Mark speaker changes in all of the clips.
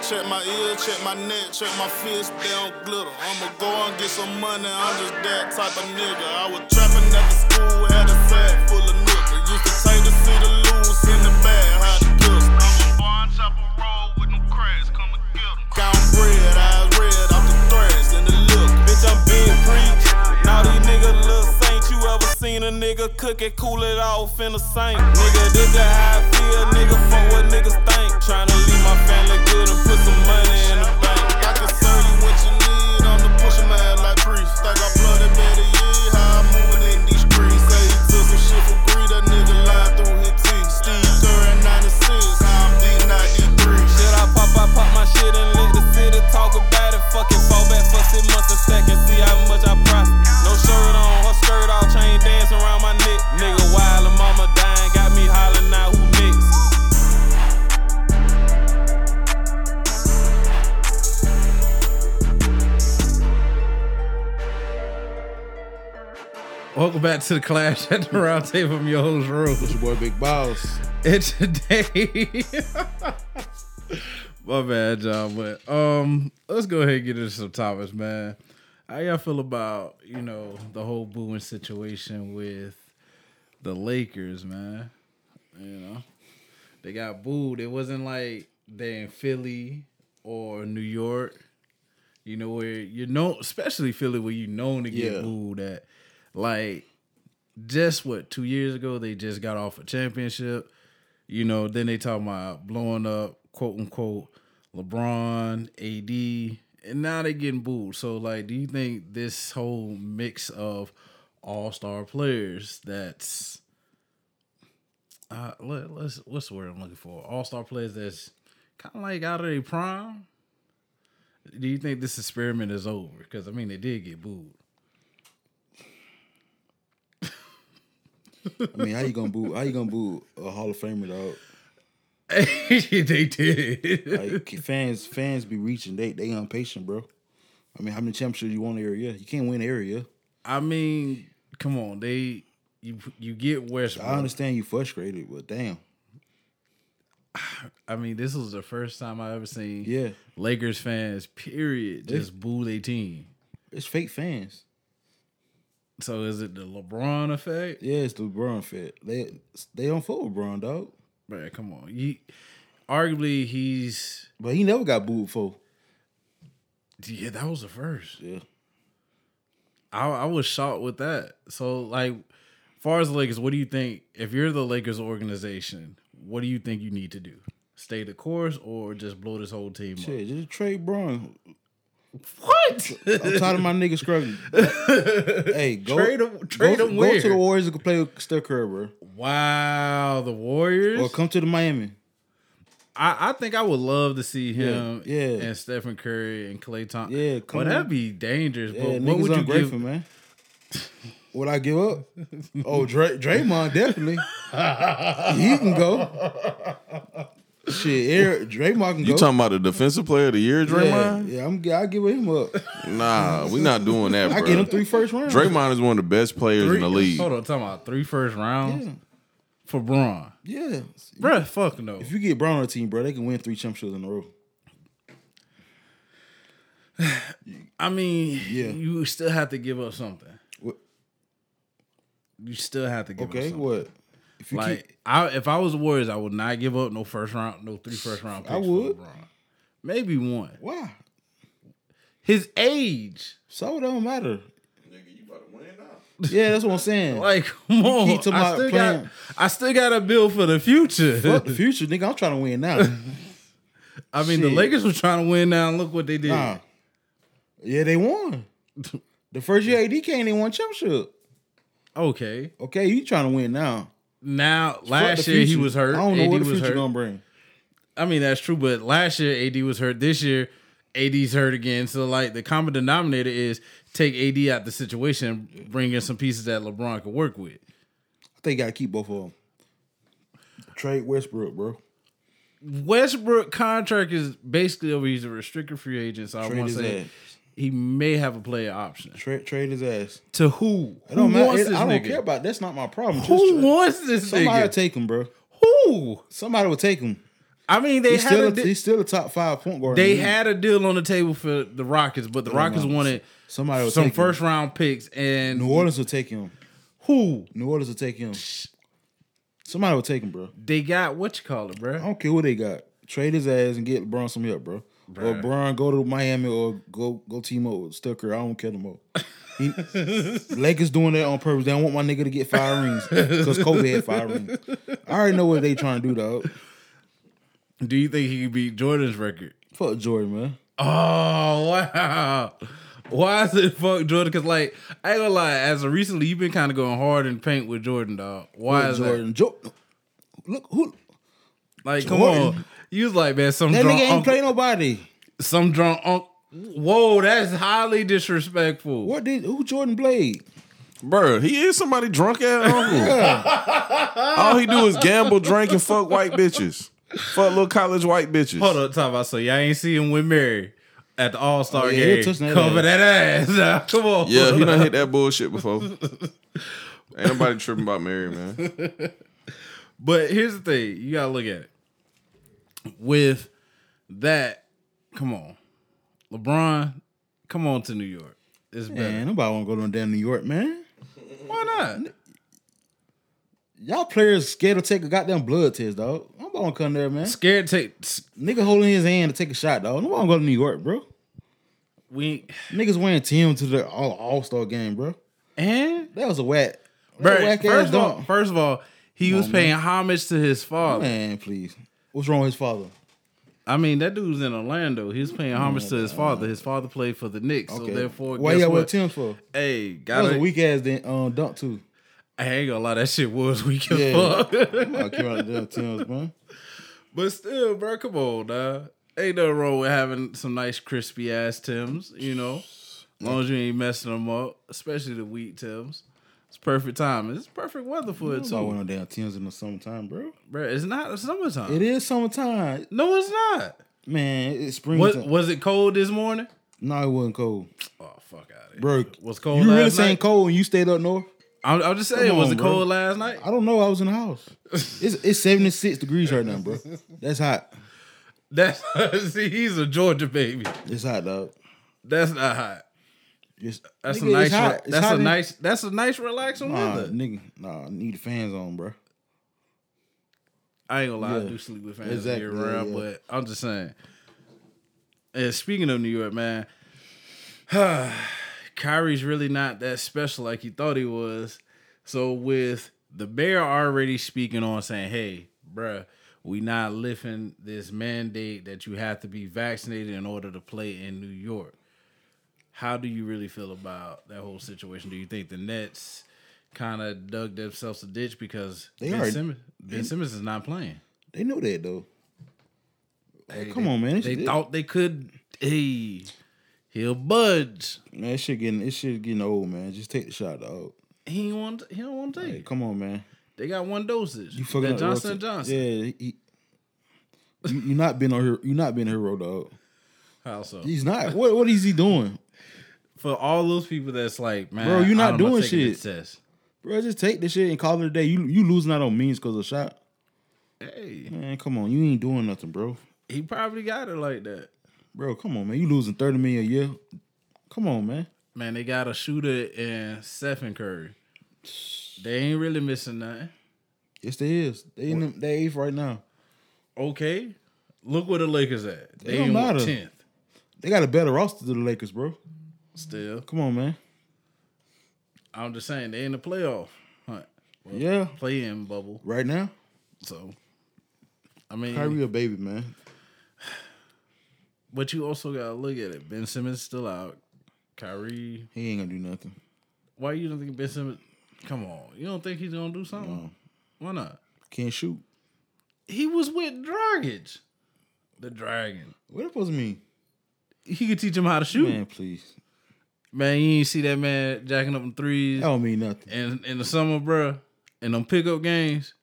Speaker 1: Check my ear, check my neck, check my fist, they don't glitter. I'ma go and get some money, I'm just that type of nigga. I was trapping at the school, had a sack full of nigga. Used to take the city loose in the bag, how to kill I'm a bond chopper roll with no cracks, come and get 'em. Count bread, eyes red, off the threads and the look. Bitch, I'm being preached. Now these niggas look saint, you ever seen a nigga cook it, cool it off in the sink? Nigga, this just how I feel, nigga, fuck what niggas think. Tryna leave my family good and put some money in the bank. I can serve you what you need, I'm the pusher man like priest. Think I blooded better, yeah, how I'm moving in these streets. Say he took some shit for greed, that nigga lied through his teeth. Steve Curry 96, how I'm D93. Shit, I pop, I pop my shit and let the city talk about it. Fucking fall back for six months and second, see how much I profit. No shirt on, her skirt all chain dance around my neck. Nigga, wild and mama dying, got me hollering out who next.
Speaker 2: Welcome back to the Clash at the Round Table. I'm your host, Rose.
Speaker 3: It's your boy Big Boss.
Speaker 2: And today, my bad, John. But um, let's go ahead and get into some topics, man. How y'all feel about you know the whole booing situation with the Lakers, man? You know, they got booed. It wasn't like they in Philly or New York. You know where you know, especially Philly, where you known to get
Speaker 3: Yeah.
Speaker 2: booed at. Like just what two years ago they just got off a championship. You know, then they talking about blowing up, quote unquote, LeBron, AD, and now they getting booed. So, like, do you think this whole mix of all star players that's uh, let, us what's the word I'm looking for? All star players that's kind of like out of their prime. Do you think this experiment is over? Because I mean, they did get booed.
Speaker 3: I mean, how you gonna boo? How you gonna boo a Hall of Famer dog?
Speaker 2: they did.
Speaker 3: Like fans, fans be reaching. They they impatient, bro. I mean, how many championships you want every year? You can't win every year.
Speaker 2: I mean, come on, they you you get Westbrook.
Speaker 3: I understand you frustrated, but damn,
Speaker 2: I mean, this was the first time I ever seen
Speaker 3: yeah,
Speaker 2: Lakers fans, period,
Speaker 3: Yeah.
Speaker 2: just boo their team.
Speaker 3: it's fake fans.
Speaker 2: So is it the LeBron effect?
Speaker 3: Yeah, it's the LeBron fit. They they don't fuck with LeBron, dog.
Speaker 2: Man, come on. You arguably he's
Speaker 3: But he never got booed for.
Speaker 2: yeah, that was the first.
Speaker 3: Yeah,
Speaker 2: I, I was shocked with that. So like far as the Lakers, what do you think if you're the Lakers organization, what do you think you need to do? Stay the course or just blow this whole team
Speaker 3: shit, just trade Braun.
Speaker 2: up? What?
Speaker 3: I'm tired of my niggas struggling. hey, go
Speaker 2: Trade 'em- trade
Speaker 3: go,
Speaker 2: 'em
Speaker 3: go to
Speaker 2: where?
Speaker 3: the Warriors and play with Steph Curry, bro,
Speaker 2: wow, the Warriors.
Speaker 3: or come to the Miami.
Speaker 2: I, I think I would love to see him
Speaker 3: yeah.
Speaker 2: and Stephen Curry and Clay Thompson.
Speaker 3: Yeah, come
Speaker 2: well,
Speaker 3: on.
Speaker 2: that'd be dangerous.
Speaker 3: Yeah,
Speaker 2: but
Speaker 3: niggas
Speaker 2: what would you
Speaker 3: ungrateful,
Speaker 2: give?
Speaker 3: man. Would I give up? Oh, Dray- Draymond definitely. he can go. Shit, Eric, Draymond can
Speaker 4: You
Speaker 3: go.
Speaker 4: talking about the defensive player of the year,
Speaker 3: yeah,
Speaker 4: Draymond?
Speaker 3: yeah, I'm. I give him up.
Speaker 4: Nah, we not doing that, bro.
Speaker 3: I get him three first rounds.
Speaker 4: Draymond is one of the best players in the
Speaker 2: Three,
Speaker 4: league.
Speaker 2: hold on, talking about three first rounds
Speaker 3: Yeah,
Speaker 2: for Braun.
Speaker 3: yeah.
Speaker 2: Bruh, fuck no.
Speaker 3: If you get Brown on the team, bro, they can win three championships in a row.
Speaker 2: I mean,
Speaker 3: Yeah.
Speaker 2: you still have to give up something.
Speaker 3: What-
Speaker 2: You still have to give up
Speaker 3: Okay,
Speaker 2: something.
Speaker 3: what? If you
Speaker 2: Like
Speaker 3: keep,
Speaker 2: I, if I was the Warriors, I would not give up no first round, no three first round picks
Speaker 3: I would.
Speaker 2: for LeBron. Maybe one.
Speaker 3: why?
Speaker 2: His age.
Speaker 3: So it don't matter.
Speaker 4: Nigga, you about to win now.
Speaker 3: Yeah, that's what I'm saying.
Speaker 2: Like, come on. I
Speaker 3: keep talking about
Speaker 2: still, got,
Speaker 3: playing-
Speaker 2: I still got a bill for the future.
Speaker 3: Fuck the future, nigga. I'm trying to win now.
Speaker 2: I mean, the
Speaker 3: Shit.
Speaker 2: Lakers were trying to win now, and look what they did.
Speaker 3: Nah. Yeah, they won. The first year AD came, they won championship.
Speaker 2: Okay.
Speaker 3: Okay, you trying to win now?
Speaker 2: Now,
Speaker 3: Fuck the
Speaker 2: last year he
Speaker 3: future.
Speaker 2: was hurt.
Speaker 3: I don't know
Speaker 2: AD
Speaker 3: what the
Speaker 2: was
Speaker 3: future
Speaker 2: hurt.
Speaker 3: gonna bring.
Speaker 2: I mean, that's true, but last year AD was hurt. This year, AD's hurt again. So, like, the common denominator is take AD out the situation and bring in some pieces that LeBron could work with.
Speaker 3: I think you gotta keep both of them. Trade Westbrook, bro.
Speaker 2: Westbrook contract is basically over. He's a restricted free agent, so I
Speaker 3: Trade
Speaker 2: want to
Speaker 3: his
Speaker 2: say
Speaker 3: ass.
Speaker 2: he may have a player option.
Speaker 3: Trade, trade his ass.
Speaker 2: To who?
Speaker 3: It
Speaker 2: Who
Speaker 3: don't matter.
Speaker 2: wants
Speaker 3: It-
Speaker 2: this
Speaker 3: I don't
Speaker 2: nigga?
Speaker 3: care about. That's not my problem. Just
Speaker 2: Who
Speaker 3: trade-
Speaker 2: wants this
Speaker 3: Somebody will
Speaker 2: nigga?
Speaker 3: take him, bro.
Speaker 2: who?
Speaker 3: Somebody will take him.
Speaker 2: I mean, they
Speaker 3: He's
Speaker 2: had
Speaker 3: still,
Speaker 2: a,
Speaker 3: a,
Speaker 2: di-
Speaker 3: he's still a top five point guard. in
Speaker 2: they
Speaker 3: the league.
Speaker 2: had a deal on the table for the Rockets, but the Rockets
Speaker 3: know.
Speaker 2: wanted
Speaker 3: somebody will
Speaker 2: some
Speaker 3: take
Speaker 2: first
Speaker 3: Him.
Speaker 2: round picks and
Speaker 3: New Orleans will take him.
Speaker 2: who
Speaker 3: New Orleans will take him. Somebody will take him, bro.
Speaker 2: they got. What you call it,
Speaker 3: I
Speaker 2: bro?
Speaker 3: don't care who they got. Trade his ass and get LeBron some help, bro. Or
Speaker 2: Bruh.
Speaker 3: LeBron go to Miami or go go team up with Stucker. I don't care no more. He, Lakers doing that on purpose. They don't want my nigga to get five rings because Kobe had five rings. I already know what they trying to do, dog. Oh.
Speaker 2: Do you think he could beat Jordan's record?
Speaker 3: Fuck Jordan, man.
Speaker 2: Oh wow! Why is it fuck Jordan? Because like I ain't gonna lie, as of recently you've been kind of going hard in paint with Jordan, dog. Why
Speaker 3: Fuck
Speaker 2: is that?
Speaker 3: Jordan. Jo- Look who
Speaker 2: Like, come
Speaker 3: Jordan.
Speaker 2: on, you was like, man, some
Speaker 3: that
Speaker 2: drunk
Speaker 3: nigga ain't
Speaker 2: uncle,
Speaker 3: play nobody.
Speaker 2: some drunk uncle. Whoa, that's highly disrespectful.
Speaker 3: What did who Jordan played?
Speaker 4: Bro, he is somebody drunk ass uncle. All he do is gamble, drink, and fuck white bitches. Fuck little college white bitches.
Speaker 2: Hold up, top. I saw y'all ain't see him with Mary at the All Star
Speaker 3: Oh, yeah, he'll
Speaker 2: game.
Speaker 3: touch that
Speaker 2: Cover
Speaker 3: ass.
Speaker 2: that ass. Nah, come on.
Speaker 4: Yeah, he done hit that bullshit before. Ain't nobody tripping about Mary, man.
Speaker 2: But here's the thing, you gotta look at it. With that, come on, LeBron, come on to New York. It's better.
Speaker 3: Man, nobody wanna go to damn New York, man.
Speaker 2: Why not?
Speaker 3: Y'all players scared to take a goddamn blood test, dog. Nobody wanna come there, man.
Speaker 2: Scared to take. s-
Speaker 3: Nigga holding his hand to take a shot, dog. Nobody wanna go to New York, bro.
Speaker 2: We
Speaker 3: Niggas wearing Tim to the All All Star game, bro.
Speaker 2: and
Speaker 3: That was a whack. that
Speaker 2: Bro,
Speaker 3: was a whack
Speaker 2: first,
Speaker 3: ass
Speaker 2: of all,
Speaker 3: dunk.
Speaker 2: first of all, he was
Speaker 3: on,
Speaker 2: paying homage to his father.
Speaker 3: Man, please. What's wrong with his father?
Speaker 2: I mean, that dude was in Orlando. He was paying homage to his father. His father played for the Knicks, so therefore,
Speaker 3: Oh, why
Speaker 2: guess
Speaker 3: y'all wear
Speaker 2: what?
Speaker 3: Tim for?
Speaker 2: Hey,
Speaker 3: That
Speaker 2: got
Speaker 3: was a
Speaker 2: it.
Speaker 3: weak ass then, um, dunk too.
Speaker 2: I ain't gonna lie, that shit was weak as
Speaker 3: Yeah.
Speaker 2: fuck.
Speaker 3: I came out the Tim's, man.
Speaker 2: but still, bro, come on, dog. Ain't nothing wrong with having some nice crispy ass Tims, you know, as long as you ain't messing them up, especially the wheat Tims. It's perfect time. It's perfect weather for it
Speaker 3: So I went
Speaker 2: too,
Speaker 3: on damn Tim's in the summertime, bro.
Speaker 2: bro. It's not summertime.
Speaker 3: It is summertime,
Speaker 2: No, it's not.
Speaker 3: man. It's
Speaker 2: What
Speaker 3: springtime.
Speaker 2: was it cold this morning?
Speaker 3: No, it wasn't cold,
Speaker 2: Oh fuck out of here.
Speaker 3: bro.
Speaker 2: Was cold
Speaker 3: You
Speaker 2: last
Speaker 3: really
Speaker 2: night?
Speaker 3: saying cold when you stayed up north?
Speaker 2: I'm, I'm just saying, was
Speaker 3: on,
Speaker 2: it
Speaker 3: bro.
Speaker 2: cold last night?
Speaker 3: I don't know. I was in the house. It's it's seventy six degrees right now, bro. That's hot.
Speaker 2: That's see, he's a Georgia baby.
Speaker 3: It's hot, dog.
Speaker 2: That's not hot.
Speaker 3: It's,
Speaker 2: That's
Speaker 3: nigga,
Speaker 2: a nice.
Speaker 3: It's hot. It's
Speaker 2: That's
Speaker 3: hot
Speaker 2: a
Speaker 3: in-
Speaker 2: nice. That's a nice relaxing
Speaker 3: Nah,
Speaker 2: weather.
Speaker 3: nigga, nah, I need the fans on, bro.
Speaker 2: I ain't gonna lie, I
Speaker 3: Yeah.
Speaker 2: do sleep with fans
Speaker 3: Exactly,
Speaker 2: year
Speaker 3: yeah,
Speaker 2: round,
Speaker 3: yeah.
Speaker 2: but I'm just saying. And speaking of New York, man, Kyrie's really not that special like you thought he was. So with the bear already speaking on saying, "Hey, bruh, we not lifting this mandate that you have to be vaccinated in order to play in New York." How do you really feel about that whole situation? Do you think the Nets kind of dug themselves a ditch because
Speaker 3: They
Speaker 2: ben,
Speaker 3: already-
Speaker 2: Simmons, ben Simmons is not playing?
Speaker 3: They knew that though. Like,
Speaker 2: Hey,
Speaker 3: come
Speaker 2: they-
Speaker 3: on, man. It's-
Speaker 2: They
Speaker 3: it-
Speaker 2: thought they could. Hey, he'll budge.
Speaker 3: man, it shit getting it shit getting old, man. Just take the shot, dog.
Speaker 2: He ain't want. He don't want to take.
Speaker 3: Hey,
Speaker 2: it.
Speaker 3: come on, man.
Speaker 2: They got one dosage.
Speaker 3: You fucking
Speaker 2: that
Speaker 3: up the
Speaker 2: Johnson
Speaker 3: roster.
Speaker 2: and Johnson.
Speaker 3: Yeah, he, you, you not been on here. You not been a hero, dog.
Speaker 2: How so?
Speaker 3: He's not. What what is he doing,
Speaker 2: For all those people that's like, man,
Speaker 3: Bro, you
Speaker 2: I
Speaker 3: not
Speaker 2: don't
Speaker 3: doing
Speaker 2: mind taking
Speaker 3: shit.
Speaker 2: this test.
Speaker 3: bro? Just take the shit and call it a day. You you losing out on means because of shot.
Speaker 2: Hey,
Speaker 3: Man, come on, you ain't doing nothing, bro.
Speaker 2: he probably got it like that.
Speaker 3: Bro, come on, man. You losing thirty million a year. Come on, man.
Speaker 2: Man, they got a shooter and Stephen Curry. They ain't really missing nothing.
Speaker 3: Yes, they is. They in them, they eighth right now.
Speaker 2: Okay, look where the Lakers at. They
Speaker 3: don't
Speaker 2: ain't want
Speaker 3: matter.
Speaker 2: tenth
Speaker 3: They got a better roster than the Lakers, bro.
Speaker 2: still.
Speaker 3: Come on, man.
Speaker 2: I'm just saying they in the playoff hunt,
Speaker 3: Yeah,
Speaker 2: play in bubble.
Speaker 3: right now,
Speaker 2: So, I mean,
Speaker 3: Kyrie a baby, man.
Speaker 2: but you also gotta look at it. Ben Simmons still out. Kyrie,
Speaker 3: He ain't gonna do nothing.
Speaker 2: why you don't think Ben Simmons? Come on, you don't think he's gonna do something?
Speaker 3: No.
Speaker 2: Why not?
Speaker 3: Um, Can't shoot.
Speaker 2: He was with Dragic, the Dragon.
Speaker 3: What that supposed to mean?
Speaker 2: He could teach him how to shoot. Man,
Speaker 3: Man, please.
Speaker 2: you ain't see that man jacking up them threes
Speaker 3: That don't mean nothing.
Speaker 2: in in the summer, bruh. In them pickup games.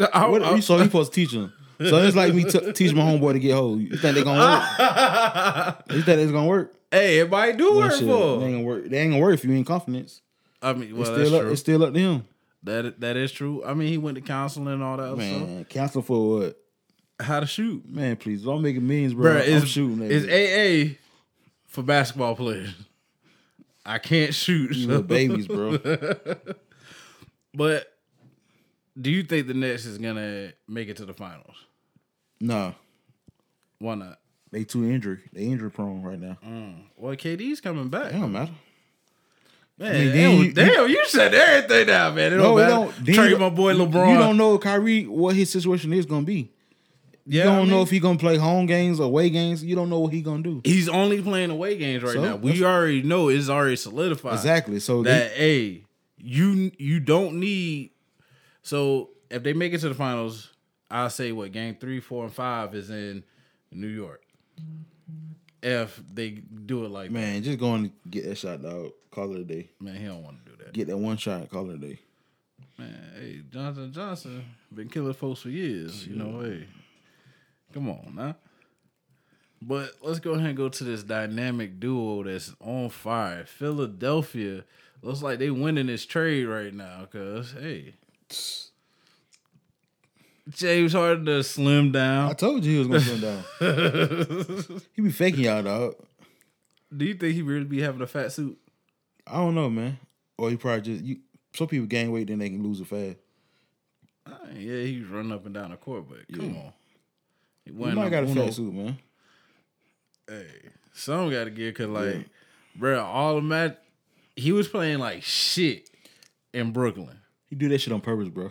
Speaker 2: I,
Speaker 3: What,
Speaker 2: I-
Speaker 3: you so you supposed to teach him? So it's like me t- teach my homeboy to get hold. You think they gonna work? you think it's gonna work?
Speaker 2: hey, it might do
Speaker 3: Well,
Speaker 2: work
Speaker 3: shit,
Speaker 2: for.
Speaker 3: They ain't
Speaker 2: him.
Speaker 3: gonna work. They ain't gonna work if you ain't confidence.
Speaker 2: I mean, well,
Speaker 3: It's
Speaker 2: that's
Speaker 3: still up.
Speaker 2: true.
Speaker 3: It's still up to him.
Speaker 2: That that is true. I mean, he went to counseling and all that. other stuff.
Speaker 3: Man, cancel for what?
Speaker 2: how to shoot.
Speaker 3: Man, please, don't make it millions, bro.
Speaker 2: Bro,
Speaker 3: I'm
Speaker 2: it's
Speaker 3: shooting at
Speaker 2: It's
Speaker 3: you.
Speaker 2: AA for basketball players. I can't shoot.
Speaker 3: You
Speaker 2: so-
Speaker 3: little babies, bro.
Speaker 2: But do you think the Nets is gonna make it to the finals?
Speaker 3: nah,
Speaker 2: Why not?
Speaker 3: they too injury. They injury prone right now.
Speaker 2: Well, KD's coming back.
Speaker 3: It don't matter.
Speaker 2: Man,
Speaker 3: I mean,
Speaker 2: damn,
Speaker 3: then
Speaker 2: you,
Speaker 3: you-
Speaker 2: damn, you said everything now, man. It
Speaker 3: No,
Speaker 2: don't
Speaker 3: it
Speaker 2: matter.
Speaker 3: don't. then
Speaker 2: Trade
Speaker 3: you-
Speaker 2: my boy LeBron.
Speaker 3: You don't know Kyrie what his situation is gonna be.
Speaker 2: yeah,
Speaker 3: You don't
Speaker 2: I mean,
Speaker 3: know if he gonna play home games, away games. You don't know what he gonna do.
Speaker 2: he's only playing away games right
Speaker 3: So,
Speaker 2: now. We
Speaker 3: that's-
Speaker 2: already know it's already solidified.
Speaker 3: Exactly. So
Speaker 2: that hey, you you don't need. So if they make it to the finals, I'll say what game three, four, and five is in New York. If they do it like
Speaker 3: they- man, just go and get that shot, dog. Call it a day.
Speaker 2: man, he don't want to do that.
Speaker 3: Get that one shot. Call it a day.
Speaker 2: Man, hey, Johnson Johnson been killing folks for years. You know, hey, come on now. But let's go ahead and go to this dynamic duo that's on fire. Philadelphia looks like they winning this trade right now. Cause hey, James Harden to slim
Speaker 3: I
Speaker 2: down.
Speaker 3: told you he was gonna slim down. he be faking y'all, dog.
Speaker 2: Do you think he really be having a fat suit?
Speaker 3: I don't know, man. Or he probably just you. Some people gain weight, then they can lose it fast.
Speaker 2: I mean, Uh, yeah, he's running up and down the court, but come on. He
Speaker 3: You
Speaker 2: wasn't
Speaker 3: might got a
Speaker 2: uno-
Speaker 3: fat suit, man.
Speaker 2: hey, some got to get because like, bro, all the match, he was playing like shit in Brooklyn.
Speaker 3: He do that shit on purpose, bro.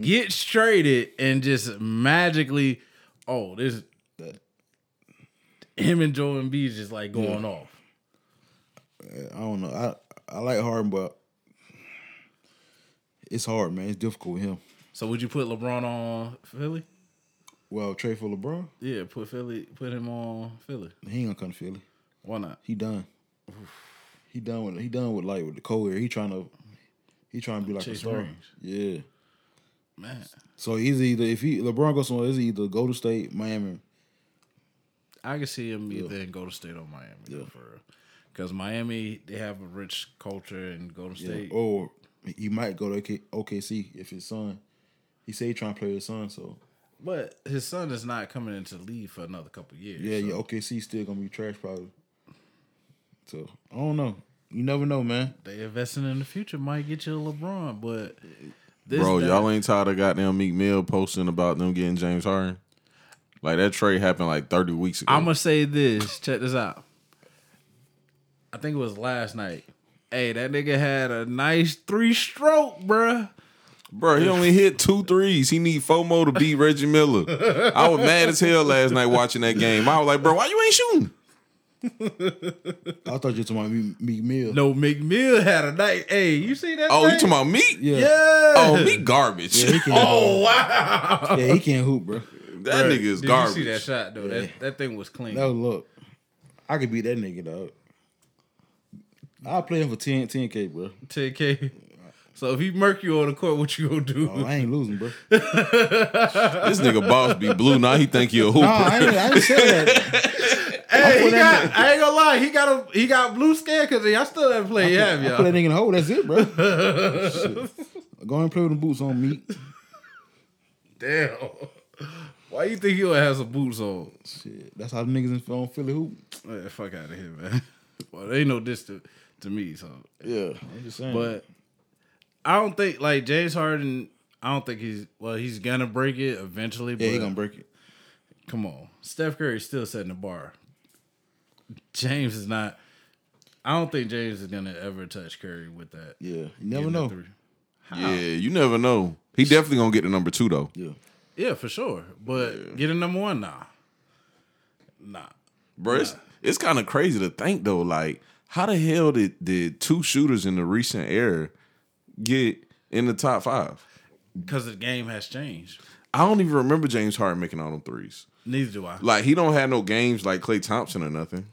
Speaker 2: Gets traded and just magically, oh, this him and Joel Embiid just like going off.
Speaker 3: I don't know. I I like Harden, but it's hard, man. It's difficult with him.
Speaker 2: So would you put LeBron on Philly?
Speaker 3: Well, trade for LeBron,
Speaker 2: Yeah, put Philly, put him on Philly.
Speaker 3: he ain't gonna come to Philly.
Speaker 2: Why not?
Speaker 3: He done. He done with he done with like with the cold air. He trying to he trying to be like
Speaker 2: Chase
Speaker 3: a star.
Speaker 2: rings.
Speaker 3: Yeah.
Speaker 2: Man,
Speaker 3: So he's either if he LeBron goes somewhere, it's either Golden State, Miami.
Speaker 2: I can see him either and go to state or Miami though, for real. Because Miami, they have a rich culture, and Golden
Speaker 3: yeah,
Speaker 2: State.
Speaker 3: Or he might go to OK- OKC if his son. He say he trying to play with his son, so
Speaker 2: But his son is not coming into the league for another couple years.
Speaker 3: yeah,
Speaker 2: so-
Speaker 3: yeah, OKC still gonna be trash probably. So I don't know. You never know, man.
Speaker 2: They investing in the future might get you a LeBron, but this
Speaker 4: Bro,
Speaker 2: guy-
Speaker 4: y'all ain't tired of goddamn Meek Mill posting about them getting James Harden? Like that trade happened like 30 weeks ago.
Speaker 2: I'm gonna say this. Check this out. I think it was last night. Hey, that nigga had a nice three stroke, bruh.
Speaker 4: Bro, he only hit two threes. He need FOMO to beat Reggie Miller. I was mad as hell last night watching that game. I was like, bro, why you ain't shooting?
Speaker 3: I thought you were talking about Meek Meek Mill.
Speaker 2: No, McMill had a night. Hey, you see that?
Speaker 4: Oh, you
Speaker 2: thing?
Speaker 4: talking about Meek?
Speaker 3: Yeah.
Speaker 2: Yeah.
Speaker 4: Oh, Meek garbage.
Speaker 3: Yeah, he can,
Speaker 2: Oh, wow.
Speaker 3: yeah, he can't hoop, bro.
Speaker 4: that nigga is
Speaker 2: Did
Speaker 4: garbage.
Speaker 2: you see that shot though? That, that thing was clean.
Speaker 3: No, look, I could beat that nigga dog. I'll play him for 10 10k, bro.
Speaker 2: 10K. So if he murk you on the court, what you gonna do?
Speaker 3: Oh, I ain't losing, bro.
Speaker 4: This nigga boss be blue. Now he think you a hooper.
Speaker 3: No, I ain't, I ain't saying that.
Speaker 2: Hey, he got, I ain't gonna lie, he got a he got blue scared because y'all still haven't played have
Speaker 3: I put that
Speaker 2: y'all.
Speaker 3: nigga in the hole. That's it, bro. Shit. Go and play with the boots on me.
Speaker 2: Damn. Why you think he would have some boots on?
Speaker 3: Shit, that's how the niggas in on Philly hoop.
Speaker 2: Man, fuck out of here, man. Well, they know this to, to me, so
Speaker 3: Yeah, I'm just saying.
Speaker 2: but I don't think like James Harden, I don't think he's well, he's gonna break it eventually, but
Speaker 3: yeah, he gonna break it.
Speaker 2: come on. Steph Curry's still setting the bar. James is not I don't think James is gonna ever touch Curry with that.
Speaker 3: Yeah, you never
Speaker 2: getting that
Speaker 3: know.
Speaker 2: three.
Speaker 4: Yeah, you never know. He definitely gonna get the number two though.
Speaker 3: Yeah,
Speaker 2: Yeah, for sure. But getting number one, nah. Nah.
Speaker 4: Bro, it's, it's kind of crazy to think though. Like, how the hell did, did two shooters in the recent era get in the top five?
Speaker 2: Because the game has changed.
Speaker 4: I don't even remember James Harden making all them threes.
Speaker 2: Neither do I.
Speaker 4: Like he don't have no games like Clay Thompson or nothing.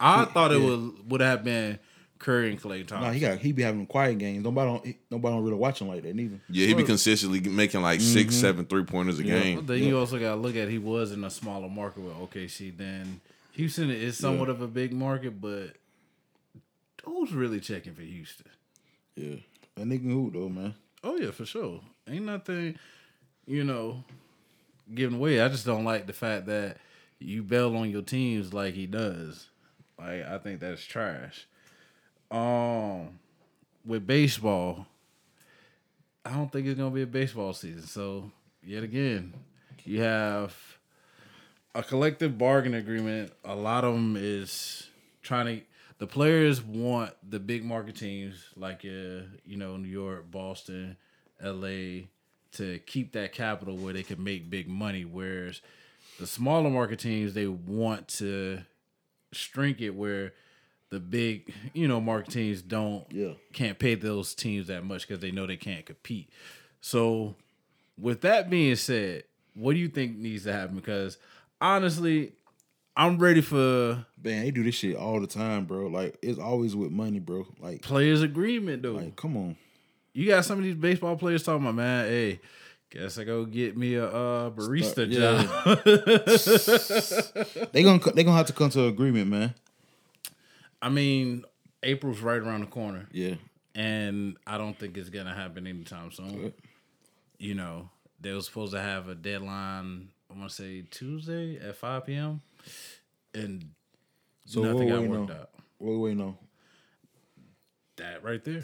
Speaker 2: I thought it would would have been Curry and Clay Thompson.
Speaker 3: nah, he got he be having quiet games. Nobody don't he- nobody don't really watch him like that neither.
Speaker 4: Yeah, he be consistently making like six,
Speaker 3: Mm-hmm.
Speaker 4: seven three pointers a
Speaker 2: But
Speaker 4: game.
Speaker 2: then you also got to look at he was in a smaller market with OKC. Then Houston is somewhat of a big market, but who's really checking for Houston?
Speaker 3: Yeah, that nigga can hoop though, man.
Speaker 2: Oh yeah, for sure. Ain't nothing, you know. giving away. I just don't like the fact that you bail on your teams like he does. Like I think that's trash. Um, with baseball, I don't think it's gonna be a baseball season. So yet again, you have a collective bargain agreement. A lot of them is trying to. The players want the big market teams like uh, you know New York, Boston, L.A. to keep that capital where they can make big money. Whereas the smaller market teams they want to shrink it where the big you know market teams don't
Speaker 3: Yeah.
Speaker 2: can't pay those teams that much because they know they can't compete. So with that being said, what do you think needs to happen? Because honestly, I'm ready for
Speaker 3: Man, they do this shit all the time, bro. Like it's always with money, bro. Like,
Speaker 2: players' agreement, though.
Speaker 3: like come on.
Speaker 2: you got some of these baseball players talking about, man, hey, guess I go get me a uh, barista
Speaker 3: Start- yeah.
Speaker 2: job.
Speaker 3: They gonna co- they gonna have to come to an agreement, man.
Speaker 2: I mean, April's right around the corner,
Speaker 3: Yeah.
Speaker 2: and I don't think it's gonna happen anytime soon. You know, they were supposed to have a deadline. I want to say Tuesday at 5 p.m. and
Speaker 3: So
Speaker 2: nothing
Speaker 3: what
Speaker 2: got
Speaker 3: we
Speaker 2: worked
Speaker 3: know?
Speaker 2: out.
Speaker 3: Wait, wait, no.
Speaker 2: That right there.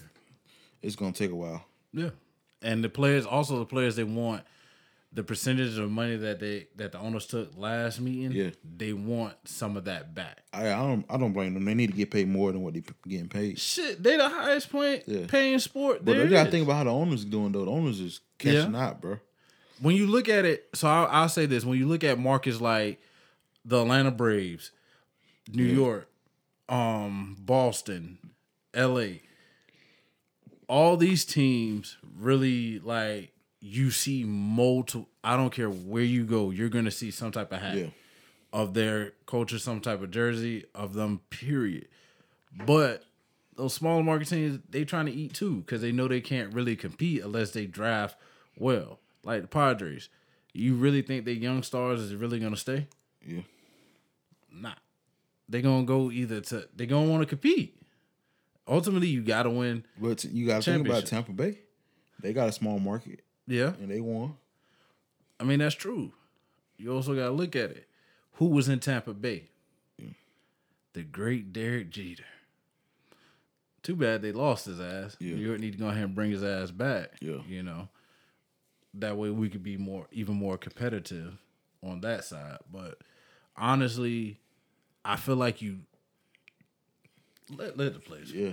Speaker 3: It's gonna take a while.
Speaker 2: Yeah, and the players also the players they want the percentage of money that they that the owners took last meeting.
Speaker 3: Yeah.
Speaker 2: they want some of that back.
Speaker 3: I, I don't I don't blame them. They need to get paid more than what they getting paid.
Speaker 2: Shit, they the highest point
Speaker 3: Yeah.
Speaker 2: paying sport.
Speaker 3: But
Speaker 2: there
Speaker 3: you gotta
Speaker 2: is.
Speaker 3: think about how the owners doing though. The owners is catching out, bro.
Speaker 2: when you look at it. So I, I'll say this: when you look at markets like the Atlanta Braves, New York, um, Boston, L.A. All these teams really like you see multiple. I don't care where you go, you're gonna see some type of hat.
Speaker 3: Yeah.
Speaker 2: of their culture, some type of jersey of them, period. But those smaller market teams, they trying to eat too because they know they can't really compete unless they draft well. Like the Padres, you really think their young stars is really gonna stay?
Speaker 3: Yeah.
Speaker 2: Nah, they gonna go either to they gonna want to compete. Ultimately, you gotta win.
Speaker 3: But you gotta think about
Speaker 2: Championship.
Speaker 3: Tampa Bay. They got a small market
Speaker 2: Yeah,
Speaker 3: and they won.
Speaker 2: I mean that's true. You also gotta look at it. Who was in Tampa Bay? The great Derek Jeter. Too bad they lost his ass.
Speaker 3: Yeah.
Speaker 2: New York need to go ahead and bring his ass back.
Speaker 3: Yeah.
Speaker 2: You know. That way we could be more even more competitive on that side. But honestly, I feel like you let let the players
Speaker 3: Yeah.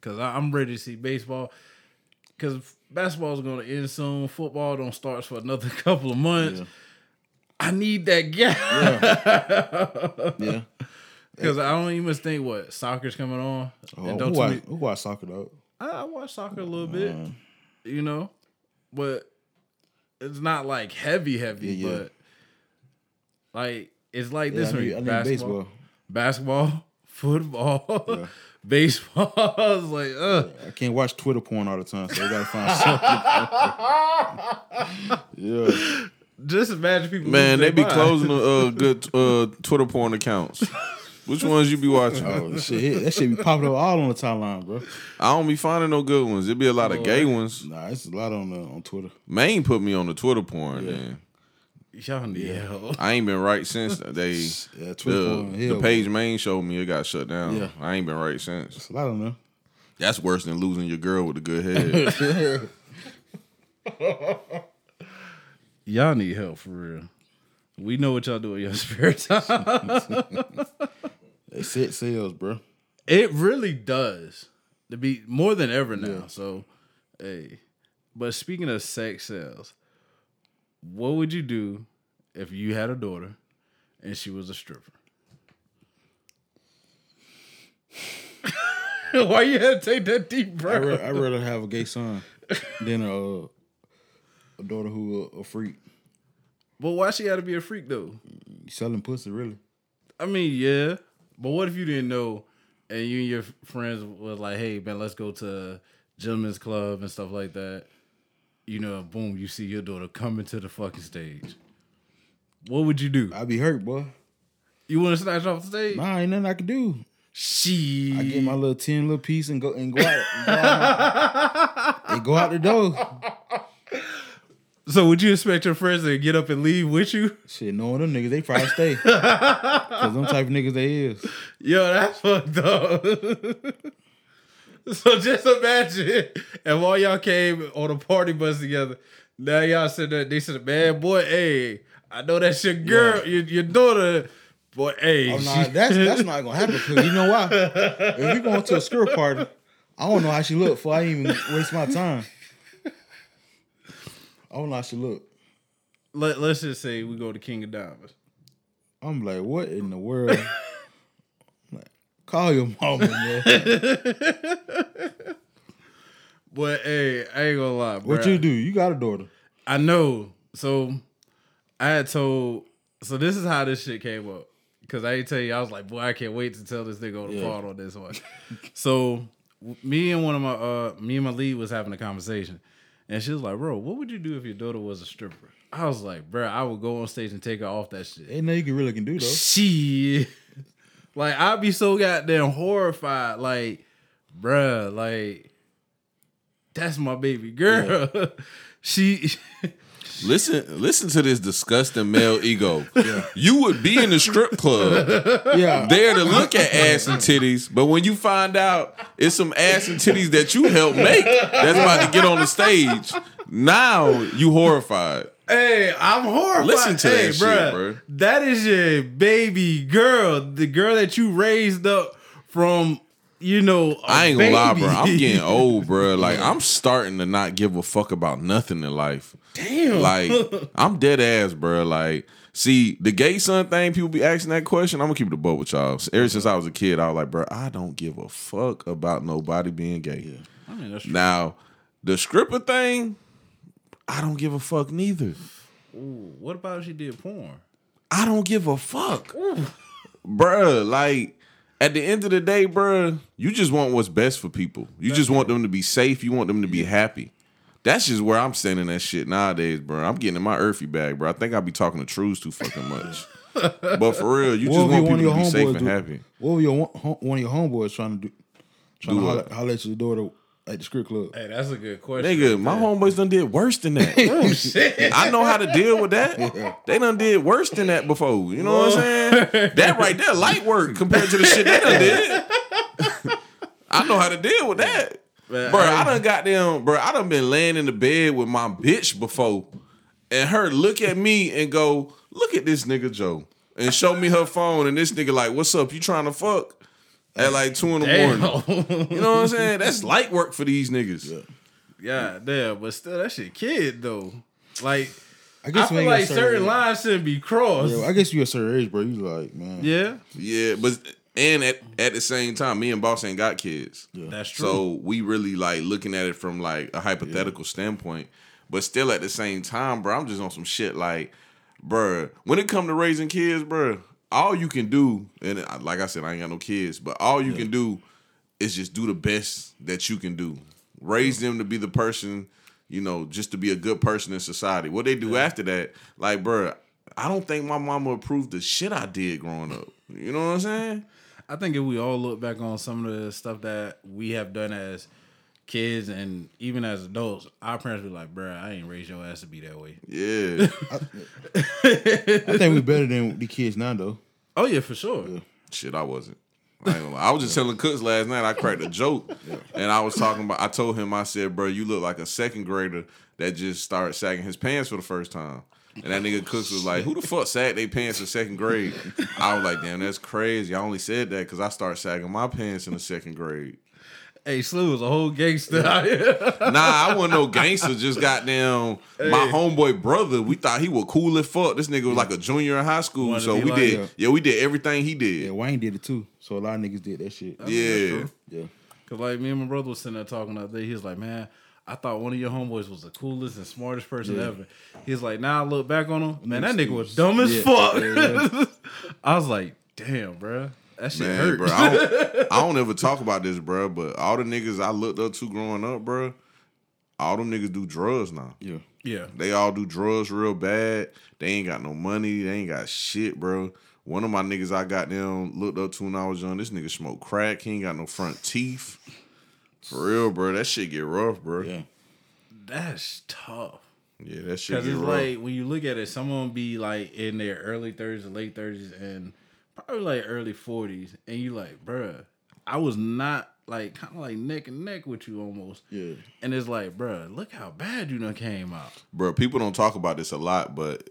Speaker 2: because I'm ready to see baseball. Because basketball is going to end soon. Football don't start for another couple of months.
Speaker 3: Yeah.
Speaker 2: I need that gap
Speaker 3: Yeah.
Speaker 2: because I don't even think what soccer's coming on.
Speaker 3: Oh,
Speaker 2: And
Speaker 3: who,
Speaker 2: don't
Speaker 3: watch,
Speaker 2: tell me-
Speaker 3: who watch soccer though?
Speaker 2: I, I watch soccer a little bit, you know, but it's not like heavy, heavy.
Speaker 3: Yeah, yeah.
Speaker 2: But like it's like
Speaker 3: Yeah, I
Speaker 2: this
Speaker 3: need, I
Speaker 2: one
Speaker 3: need
Speaker 2: basketball,
Speaker 3: baseball.
Speaker 2: basketball, football, baseball. I was like, ugh.
Speaker 3: I can't watch Twitter porn all the time, so I gotta find something. yeah.
Speaker 2: just imagine people.
Speaker 4: Man,
Speaker 2: losing
Speaker 4: they be
Speaker 2: their mind.
Speaker 4: closing the uh, good uh, Twitter porn accounts. Which ones you be watching?
Speaker 3: Oh shit, hit- that shit be popping up all on the timeline, bro.
Speaker 4: I don't be finding no good ones. It be a lot of gay ones.
Speaker 3: Nah, it's a lot on uh, on Twitter.
Speaker 4: Maine put me on the Twitter porn. Then
Speaker 2: Y'all need help.
Speaker 4: I ain't been right since they
Speaker 3: Yeah, Twitter
Speaker 4: the,
Speaker 3: porn.
Speaker 4: the
Speaker 3: hell,
Speaker 4: page Maine showed me. It got shut down.
Speaker 3: Yeah.
Speaker 4: I ain't been right since.
Speaker 3: It's a lot on there.
Speaker 4: That's worse than losing your girl with a good head.
Speaker 2: Y'all need help for real. We know what y'all do in your spare time.
Speaker 3: They set sales, bro.
Speaker 2: it really does. To be more than ever now. So hey. But speaking of sex sales, what would you do if you had a daughter and she was a stripper? Why you had to take that deep
Speaker 3: I
Speaker 2: breath?
Speaker 3: re- I rather have a gay son than a, a daughter who a, a freak.
Speaker 2: but why she had to be a freak though?
Speaker 3: You selling pussy, really?
Speaker 2: I mean, yeah. But what if you didn't know and you and your friends was like, hey, man, let's go to gentlemen's club and stuff like that. You know, boom, you see your daughter coming to the fucking stage. What would you do?
Speaker 3: I be hurt, boy.
Speaker 2: You want to snatch her off the stage?
Speaker 3: Nah, ain't nothing I can do.
Speaker 2: she.
Speaker 3: I get my little ten little piece and go and go out and go out, and go out the door.
Speaker 2: So would you expect your friends to get up and leave with you?
Speaker 3: Shit, knowing them niggas, they probably stay. Cause them type of niggas they is.
Speaker 2: Yo, that's fucked up. so just imagine if all y'all came on a party bus together. Now y'all said that they said, "Man, boy, hey, I know that's your girl, your, your daughter, boy, hey."
Speaker 3: Oh,
Speaker 2: she-
Speaker 3: nah, that's that's not gonna happen. 'cause you know why? If we going to a skirt party, I don't know how she look. Before I even waste my time, I don't know how she look.
Speaker 2: Let, let's just say we go to King of Diamonds.
Speaker 3: I'm like, what in the world? I'm like, call your mama, man.
Speaker 2: Boy, hey, I ain't gonna lie, bro.
Speaker 3: What you do? You got a daughter.
Speaker 2: I know. So I had told. So this is how this shit came up. Cause I ain't tell you, I was like, boy, I can't wait to tell this nigga on the pod on this one. so w- me and one of my uh me and my lead was having a conversation. And she was like, bro, what would you do if your daughter was a stripper? I was like, bro, I would go on stage and take her off that shit.
Speaker 3: Ain't no you can really can do though.
Speaker 2: She like I'd be so goddamn horrified, like, bruh, like that's my baby girl. she
Speaker 4: Listen, listen to this disgusting male ego. You would be in the strip club
Speaker 3: Yeah,
Speaker 4: there to look at ass and titties, but when you find out it's some ass and titties that you helped make that's about to get on the stage, now you horrified.
Speaker 2: Hey, I'm horrified.
Speaker 4: Listen to
Speaker 2: hey,
Speaker 4: that shit,
Speaker 2: bruh,
Speaker 4: bruh.
Speaker 2: That is your baby girl, the girl that you raised up from, you know. I
Speaker 4: I ain't gonna lie, bro. I'm getting old, bro. Like I'm starting to not give a fuck about nothing in life. Damn. Like I'm dead ass, bro. Like see the gay son thing. People be asking that question. I'm gonna keep it a buck with y'all. Ever since I was a kid, I was like, bro, I don't give a fuck about nobody being gay.
Speaker 2: I mean, that's
Speaker 4: Now the stripper thing, I don't give a fuck neither.
Speaker 2: true. What about if she did porn?
Speaker 4: I don't give a fuck. Bruh, like at the end of the day, bruh, you just want what's best for people. You just want them to be safe. You want them to be happy. That's just where I'm standing that shit nowadays, bruh. I'm getting in my earthy bag, bruh. I think I be talking to truths too fucking much. but for real, you just
Speaker 3: What if you
Speaker 4: want
Speaker 3: one of
Speaker 4: people
Speaker 3: your
Speaker 4: to be safe
Speaker 3: homeboys
Speaker 4: and
Speaker 3: do?
Speaker 4: happy.
Speaker 3: What were your one- hom- one of your homeboys trying to do? Trying
Speaker 4: Do
Speaker 3: to
Speaker 4: what?
Speaker 3: holler, holler at your daughter at the skirt club.
Speaker 2: Hey, that's a good question. Oh,
Speaker 4: Nigga, my homeboys done did worse than that. I know how to deal with that. They done did worse than that before. You know what I'm saying? That right there, light work compared to the shit they done did. I know how to deal with that.
Speaker 2: Man,
Speaker 4: Bro,
Speaker 2: I-
Speaker 4: I done got them, bro. I done been laying in the bed with my bitch before and her look at me and go, look at this nigga Joe. And show me her phone and this nigga like, what's up? You trying to fuck? At like two in the morning.
Speaker 2: Damn.
Speaker 4: You know what I'm saying? That's light work for these niggas.
Speaker 2: yeah, damn. But still, that shit kid, though. Like,
Speaker 3: I
Speaker 2: I
Speaker 3: guess you
Speaker 2: feel
Speaker 3: ain't got
Speaker 2: like certain
Speaker 3: age.
Speaker 2: lines shouldn't be crossed.
Speaker 3: Yeah, I guess you a certain age, bro. You like man.
Speaker 2: Yeah,
Speaker 4: Yeah, but and at, at the same time, me and Boss ain't got kids.
Speaker 2: that's true.
Speaker 4: So we really like looking at it from like a hypothetical standpoint. But still at the same time, bro, I'm just on some shit like, bruh, when it come to raising kids, bruh, all you can do, and I- like I said, I ain't got no kids, but all you can do is just do the best that you can do. Raise them to be the person, you know, just to be a good person in society. What they do after that, like, bruh, I don't think my mama approved the shit I did growing up. You know what I'm saying?
Speaker 2: I think if we all look back on some of the stuff that we have done as kids and even as adults, our parents be like, bruh, I ain't raised your ass to be that way."
Speaker 4: Yeah.
Speaker 3: I think we better than the kids now though.
Speaker 2: Oh yeah, for sure.
Speaker 4: Shit, I wasn't. I, ain't gonna lie. I was just telling Cooks last night. I cracked a joke, and I was talking about. I told him, I said, "Bro, you look like a second grader that just started sagging his pants for the first time." And that nigga Cooks was like, "Who the fuck sagged their pants in second grade?" I was like, "Damn, that's crazy." I only said that because I started sagging my pants in the second grade.
Speaker 2: Hey, Slew was a whole gangster. out here.
Speaker 4: Nah, I wasn't no gangster. Just goddamn my homeboy brother. We thought he was cool as fuck. This nigga was like a junior in high school,
Speaker 2: Wanted to
Speaker 4: so
Speaker 2: be
Speaker 4: we
Speaker 2: like
Speaker 4: did.
Speaker 3: him.
Speaker 4: Yeah, we did everything he did.
Speaker 3: Yeah, Wayne did it too. So a lot of niggas did that shit.
Speaker 4: yeah.
Speaker 3: Yeah.
Speaker 2: Cause like me and my brother was sitting there talking the other day. He was like, "Man, I thought one of your homeboys was the coolest and smartest person ever." He's like, "Now I look back on him, man, that nigga was dumb as fuck." I was like, "Damn, bruh. that shit
Speaker 4: Man,
Speaker 2: hurt."
Speaker 4: bro, I don't, I don't ever talk about this, bro. But all the niggas I looked up to growing up, bro, all them niggas do drugs now.
Speaker 3: Yeah.
Speaker 2: yeah,
Speaker 4: They all do drugs real bad. They ain't got no money. They ain't got shit, bro. One of my niggas I got them looked up to when I was young. This nigga smoke crack. He ain't got no front teeth. For real, bro. That shit get rough, bro.
Speaker 3: Yeah.
Speaker 2: that's tough.
Speaker 4: Yeah, that shit.
Speaker 2: Because
Speaker 4: get
Speaker 2: it's
Speaker 4: rough.
Speaker 2: like when you look at it, some of them be like in their early 30s, or late 30s, and probably like early 40s. And you like, bruh, I was not like kind of like neck and neck with you almost.
Speaker 3: Yeah.
Speaker 2: And it's like, bruh, look how bad you done came out.
Speaker 4: bro. People don't talk about this a lot, but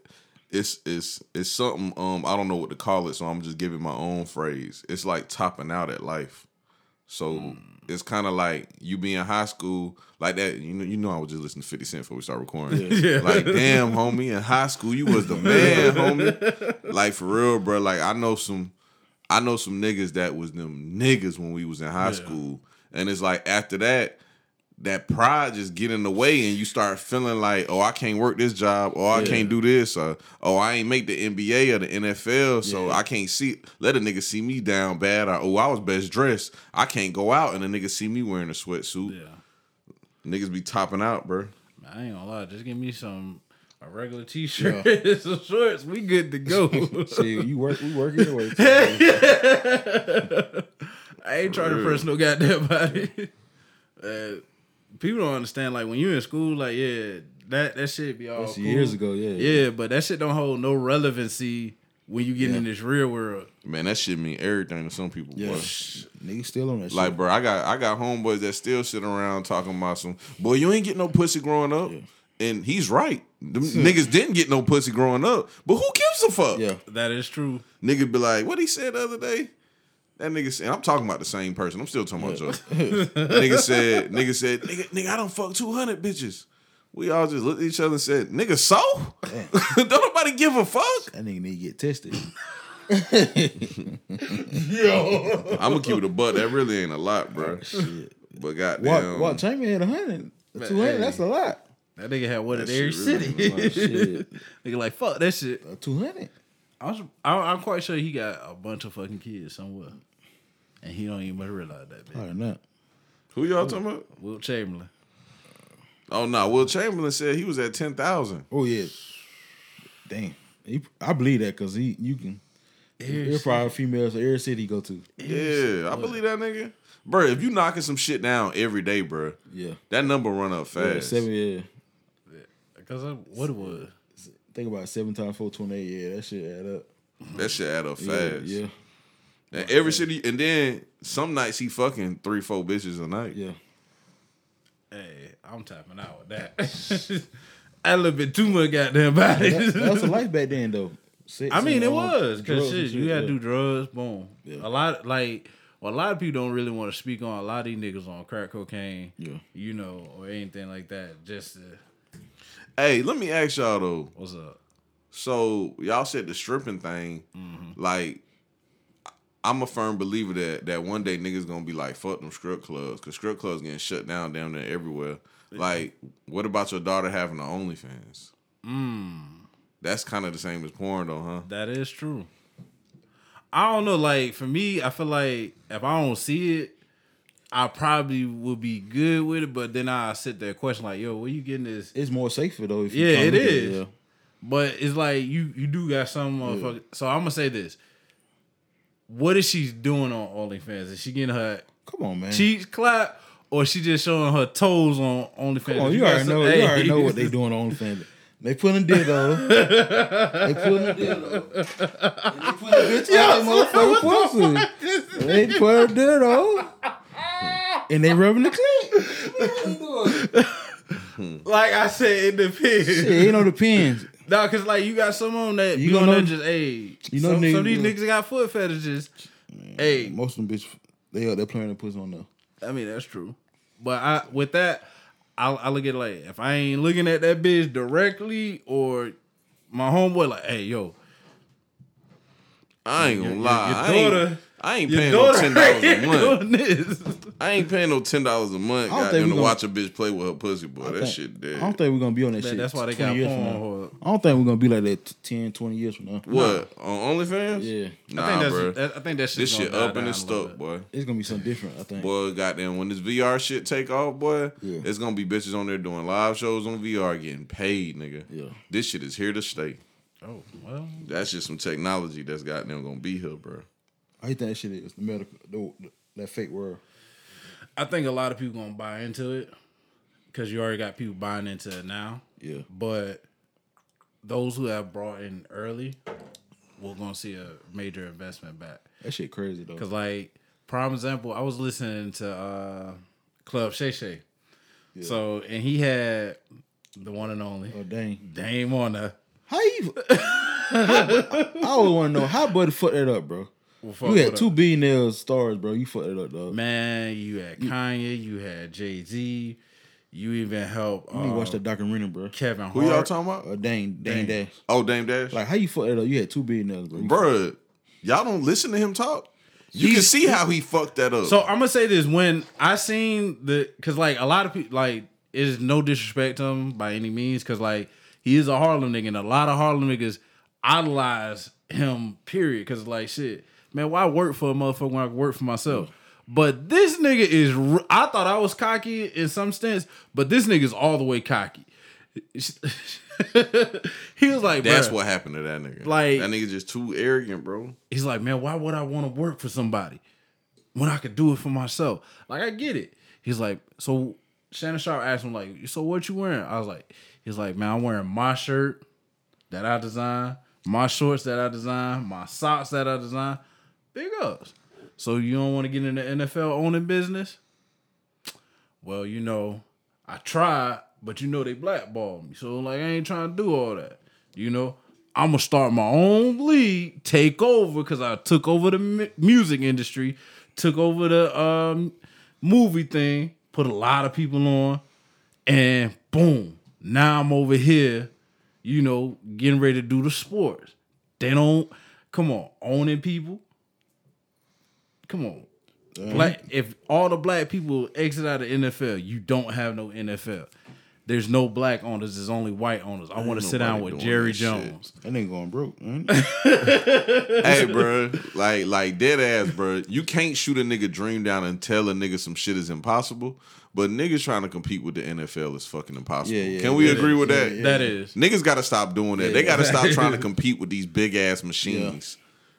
Speaker 4: it's it's it's something. Um, I don't know what to call it, so I'm just giving my own phrase. It's like topping out at life. So it's kind of like you be in high school like that. You know, you know, I was just listening to Fifty Cent before we start recording. Like, damn, homie, in high school you was the man, homie. Like for real, bro. Like I know some, I know some niggas that was them niggas when we was in high school, and it's like after that that pride just get in the way and you start feeling like, oh, I can't work this job, or I can't do this, or oh, I ain't make the NBA or the NFL, so I can't see let a nigga see me down bad, or oh, I was best dressed, I can't go out, and a nigga see me wearing a sweatsuit.
Speaker 2: Yeah.
Speaker 4: Niggas be topping out, bro.
Speaker 2: I ain't gonna lie, just give me some a regular t shirt, some shorts. We good to go.
Speaker 3: See, you work, we work either way.
Speaker 2: I ain't trying to press no goddamn body. Uh, people don't understand. Like when you in school, like yeah, that that shit be all
Speaker 3: That's
Speaker 2: cool.
Speaker 3: years ago, yeah.
Speaker 2: Yeah, but that shit don't hold no relevancy when you get in this real world.
Speaker 4: Man, that shit mean everything to some people.
Speaker 3: Yeah,
Speaker 4: boy.
Speaker 3: niggas still on that
Speaker 4: Like, bro, I got I got homeboys that still sit around talking about some boy. You ain't get no pussy growing up, and he's right. Them niggas didn't get no pussy growing up, but who gives a fuck?
Speaker 3: shit. Yeah,
Speaker 2: That is true.
Speaker 4: Nigga be like, what he said the other day? That nigga said, I'm talking about the same person. I'm still talking about Joe. that nigga said, nigga said, nigga, nigga, I don't fuck 200 bitches. We all just looked at each other and said, nigga, so? don't nobody give a fuck?
Speaker 3: that nigga need to get tested.
Speaker 4: I'm going to keep it a butt. That really ain't a lot, bro. But
Speaker 3: What?
Speaker 4: goddamn.
Speaker 3: What? Chamber had a hundred, two hundred. That's a lot.
Speaker 2: That nigga had one in
Speaker 4: That
Speaker 2: every
Speaker 4: shit really
Speaker 2: city.
Speaker 4: was like
Speaker 3: Shit,
Speaker 2: nigga like fuck that shit.
Speaker 3: two hundred.
Speaker 2: I was, I, I'm quite sure he got a bunch of fucking kids somewhere, and he don't even realize that. Man.
Speaker 3: Probably not.
Speaker 4: Who y'all talking about?
Speaker 2: Will Chamberlain.
Speaker 4: Oh, no. Will Chamberlain said he was at 10,000.
Speaker 3: Oh yeah. Damn. He, I believe that because he, you can.
Speaker 2: Every
Speaker 3: There probably females in every city he go to.
Speaker 4: Yeah, I believe that nigga. Bro, if you knocking some shit down every day, bro,
Speaker 3: Yeah.
Speaker 4: that number run up
Speaker 3: Yeah,
Speaker 4: fast.
Speaker 3: seven. Yeah.
Speaker 2: Because what it was.
Speaker 3: Think about it, seven times four twenty eight. Yeah, that shit add up.
Speaker 4: That shit add up fast.
Speaker 3: Yeah, Yeah.
Speaker 4: And every city, and then some nights he fucking three, four bitches a night.
Speaker 3: Yeah.
Speaker 2: Hey, I'm tapping out with that. I little bit too much goddamn body.
Speaker 3: That, that was the life back then, though. Sex
Speaker 2: I mean,
Speaker 3: and
Speaker 2: it
Speaker 3: all
Speaker 2: was because
Speaker 3: drugs and
Speaker 2: shit, you gotta
Speaker 3: yeah.
Speaker 2: do drugs. Boom.
Speaker 3: Yeah.
Speaker 2: A lot like well, a lot of people don't really want to speak on a lot of these niggas on crack cocaine.
Speaker 3: Yeah.
Speaker 2: You know, or anything like that. Just uh,
Speaker 4: Hey, let me ask y'all though.
Speaker 2: what's up?
Speaker 4: So y'all said the stripping thing.
Speaker 3: Mm-hmm.
Speaker 4: Like, I'm a firm believer that that one day niggas gonna be like, fuck them strip clubs, cause strip clubs getting shut down down there everywhere. Like, what about your daughter having the OnlyFans? Mm.
Speaker 3: Mm.
Speaker 4: That's kind of the same as porn though, huh?
Speaker 2: That is true. I don't know. Like for me, I feel like if I don't see it, I probably would be good with it. But then I sit there question like, "Yo, where you getting this?"
Speaker 3: It's more safer though. If
Speaker 2: Yeah,
Speaker 3: you
Speaker 2: it
Speaker 3: come with
Speaker 2: is. But it's like you you do got some motherfucker. So I'm gonna say this: What is she doing on OnlyFans? Is she getting her
Speaker 3: Come on, man.
Speaker 2: cheeks clap, or she just showing her toes on OnlyFans.
Speaker 3: Come on,
Speaker 2: If
Speaker 3: you,
Speaker 2: got
Speaker 3: already
Speaker 2: some-
Speaker 3: know.
Speaker 2: Hey.
Speaker 3: You already know what they doing on OnlyFans. They putting a dildo. they putting a dildo. And They putting a bitch on their motherfucking pussy. They put a dildo. And they rubbing the clit.
Speaker 2: Like I said, it depends.
Speaker 3: Shit, you know the pins.
Speaker 2: No, cause like you got some on that.
Speaker 3: You
Speaker 2: You on
Speaker 3: gonna
Speaker 2: that
Speaker 3: know-
Speaker 2: just hey.
Speaker 3: you
Speaker 2: You
Speaker 3: know
Speaker 2: know, some,
Speaker 3: niggas-
Speaker 2: some of these niggas got foot fetishes. Hey,
Speaker 3: Most of them bitch, they up there playing the pussy on there.
Speaker 2: I mean that's true. But I with that, I, I look at it like if I ain't looking at that bitch directly or my homeboy like, hey yo,
Speaker 4: I ain't gonna
Speaker 2: your-
Speaker 4: lie.
Speaker 2: your
Speaker 4: I
Speaker 2: daughter-
Speaker 4: ain't, I ain't
Speaker 2: your
Speaker 4: paying no
Speaker 2: daughter
Speaker 4: ten dollars a
Speaker 2: ain't
Speaker 4: month.
Speaker 2: doing this.
Speaker 4: I ain't paying no ten dollars a month.
Speaker 3: I don't
Speaker 4: Goddamn,
Speaker 3: think
Speaker 4: to
Speaker 3: we gonna-
Speaker 4: watch a bitch play with her pussy, boy. That
Speaker 3: I think-
Speaker 4: shit
Speaker 3: I
Speaker 4: dead.
Speaker 3: don't think we're gonna be on that shit.
Speaker 2: that's why they
Speaker 3: 20
Speaker 2: got
Speaker 3: years from
Speaker 2: porn
Speaker 3: now.
Speaker 2: hard.
Speaker 3: I don't think we're gonna be like that t- 10, 20 years from now.
Speaker 4: What on OnlyFans?
Speaker 3: Yeah.
Speaker 4: nah,
Speaker 2: I think that's,
Speaker 4: bro.
Speaker 2: that- I think that shit's
Speaker 4: this shit
Speaker 2: gonna die
Speaker 4: up and
Speaker 2: down
Speaker 4: it's
Speaker 2: a little
Speaker 4: stuck,
Speaker 2: bit.
Speaker 4: boy.
Speaker 3: It's gonna be something different. I think.
Speaker 4: Boy, goddamn, when this VR shit take off, boy,
Speaker 3: Yeah.
Speaker 4: it's gonna be bitches on there doing live shows on VR getting paid, nigga.
Speaker 3: Yeah.
Speaker 4: This shit is here to stay.
Speaker 2: Oh well,
Speaker 4: That's just some technology that's goddamn gonna be here, bro.
Speaker 3: I hate that shit is the medical, the, the, that fake world.
Speaker 2: I think a lot of people gonna buy into it because you already got people buying into it now.
Speaker 4: Yeah.
Speaker 2: But those who have brought in early, we're gonna see a major investment back.
Speaker 3: That shit crazy though.
Speaker 2: Cause like prime example, I was listening to uh Club Shay Shay. So and he had the one and only
Speaker 3: Oh dang!
Speaker 2: Dame on the
Speaker 3: How you? how, I always want to know how Buddy fucked that up, bro.
Speaker 2: well, fuck
Speaker 3: You
Speaker 2: what
Speaker 3: had
Speaker 2: up.
Speaker 3: two billionaire stars, bro. You fucked it up, dog.
Speaker 2: man. You had Kanye, you had Jay Z, you even helped
Speaker 3: You need
Speaker 2: uh,
Speaker 3: to watch that documentary, bro.
Speaker 2: Kevin Hart.
Speaker 4: Who y'all talking about?
Speaker 3: Uh, dang, dang,
Speaker 2: Dang.
Speaker 3: dash.
Speaker 4: Oh, Dame Dash.
Speaker 3: Like how you fucked it up? You had two billionaires, bro. You
Speaker 4: Bruh, y'all don't listen to him talk. You can
Speaker 2: He's-
Speaker 4: see how he fucked that up.
Speaker 2: So I'm gonna say this: when I seen the, cause like a lot of people, like it is no disrespect to him by any means, cause like he is a Harlem nigga, and a lot of Harlem niggas idolize him. Period. Cause like shit, man, why work for a motherfucker when I can work for myself? But this nigga is, r- I thought I was cocky in some sense, but this nigga's all the way cocky. he was like,
Speaker 4: That's
Speaker 2: "Bruh."
Speaker 4: what happened to that nigga.
Speaker 2: Like-
Speaker 4: that nigga just too arrogant, bro.
Speaker 2: He's like, man, why would I want to work for somebody when I could do it for myself? Like, I get it. He's like, so Shannon Sharp asked him, like, so what you wearing? I was like, he's like, man, I'm wearing my shirt that I designed, my shorts that I designed, my socks that I designed. Big ups. So you don't want to get in the NFL owning business? Well, you know, I tried, but you know they blackballed me. So like I ain't trying to do all that. You know, I'm gonna start my own league, take over because I took over the mu- music industry, took over the um, movie thing, put a lot of people on, and boom, now I'm over here. You know, getting ready to do the sports. They don't come on owning people. Come on, Black, if all the black people exit out of NFL, you don't have no NFL. There's no black owners. There's only white owners. I want to sit down
Speaker 4: nobody
Speaker 2: with
Speaker 4: doing
Speaker 2: Jerry
Speaker 4: that shit.
Speaker 2: Jones.
Speaker 3: That nigga going broke. Man.
Speaker 4: hey, bro, like like dead ass, bro. You can't shoot a nigga dream down and tell a nigga some shit is impossible. But niggas trying to compete with the NFL is fucking impossible.
Speaker 3: Yeah, yeah,
Speaker 4: Can we
Speaker 3: yeah,
Speaker 4: agree with
Speaker 3: yeah,
Speaker 4: that?
Speaker 3: yeah.
Speaker 2: That is
Speaker 4: Niggas got to stop doing that. they got to stop trying to compete with these big ass machines.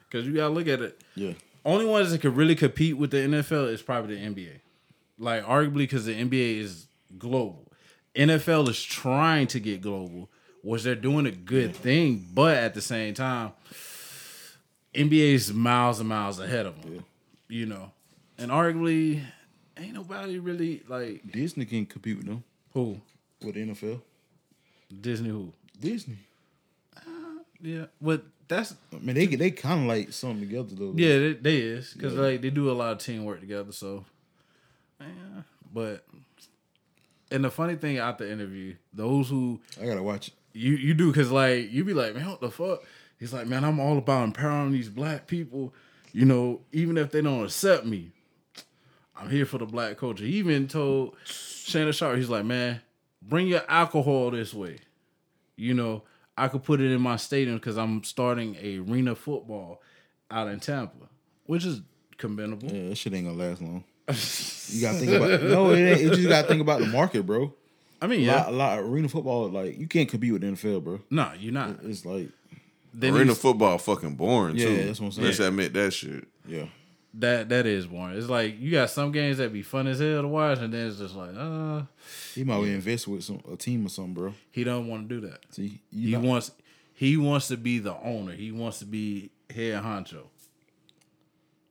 Speaker 2: because you gotta look at it.
Speaker 3: yeah,
Speaker 2: Only ones that could really compete with the NFL is probably the NBA. Like arguably because the NBA is global. NFL is trying to get global, which they're doing a good thing, but at the same time, NBA is miles and miles ahead of them. You know, and arguably, ain't nobody really like
Speaker 3: Disney can compete with them
Speaker 2: who
Speaker 3: with the NFL.
Speaker 2: Disney who.
Speaker 3: Disney.
Speaker 2: Yeah, but that's
Speaker 3: I mean, they they kind of like something together though.
Speaker 2: yeah, they, they is because like they do a lot of teamwork together. So, yeah, but and the funny thing out the interview, those who
Speaker 3: I gotta watch it.
Speaker 2: you you do because like you be like, man, what the fuck? He's like, man, I'm all about empowering these black people. You know, even if they don't accept me, I'm here for the black culture. He even told Shannon Sharp, he's like, man, bring your alcohol this way. You know, I could put it in my stadium because I'm starting a arena football out in Tampa, which is commendable.
Speaker 3: Yeah, that shit ain't gonna last long. You gotta think about no, it ain't. You just gotta think about the market, bro.
Speaker 2: I mean,
Speaker 3: A
Speaker 2: yeah,
Speaker 3: lot, a lot of arena football, like you can't compete with the NFL, bro.
Speaker 2: no, you're not.
Speaker 3: It's like
Speaker 2: They
Speaker 4: Arena
Speaker 2: need-
Speaker 4: football fucking boring
Speaker 3: Yeah,
Speaker 4: too.
Speaker 3: yeah, that's what I'm saying.
Speaker 4: Let's admit that shit.
Speaker 3: yeah,
Speaker 2: that that is boring. It's like you got some games that be fun as hell to watch, and then it's just like, uh,
Speaker 3: he might invest with some a team or something, bro.
Speaker 2: He don't want to do that.
Speaker 3: See,
Speaker 2: He
Speaker 3: you not-
Speaker 2: wants he wants to be the owner. He wants to be head honcho.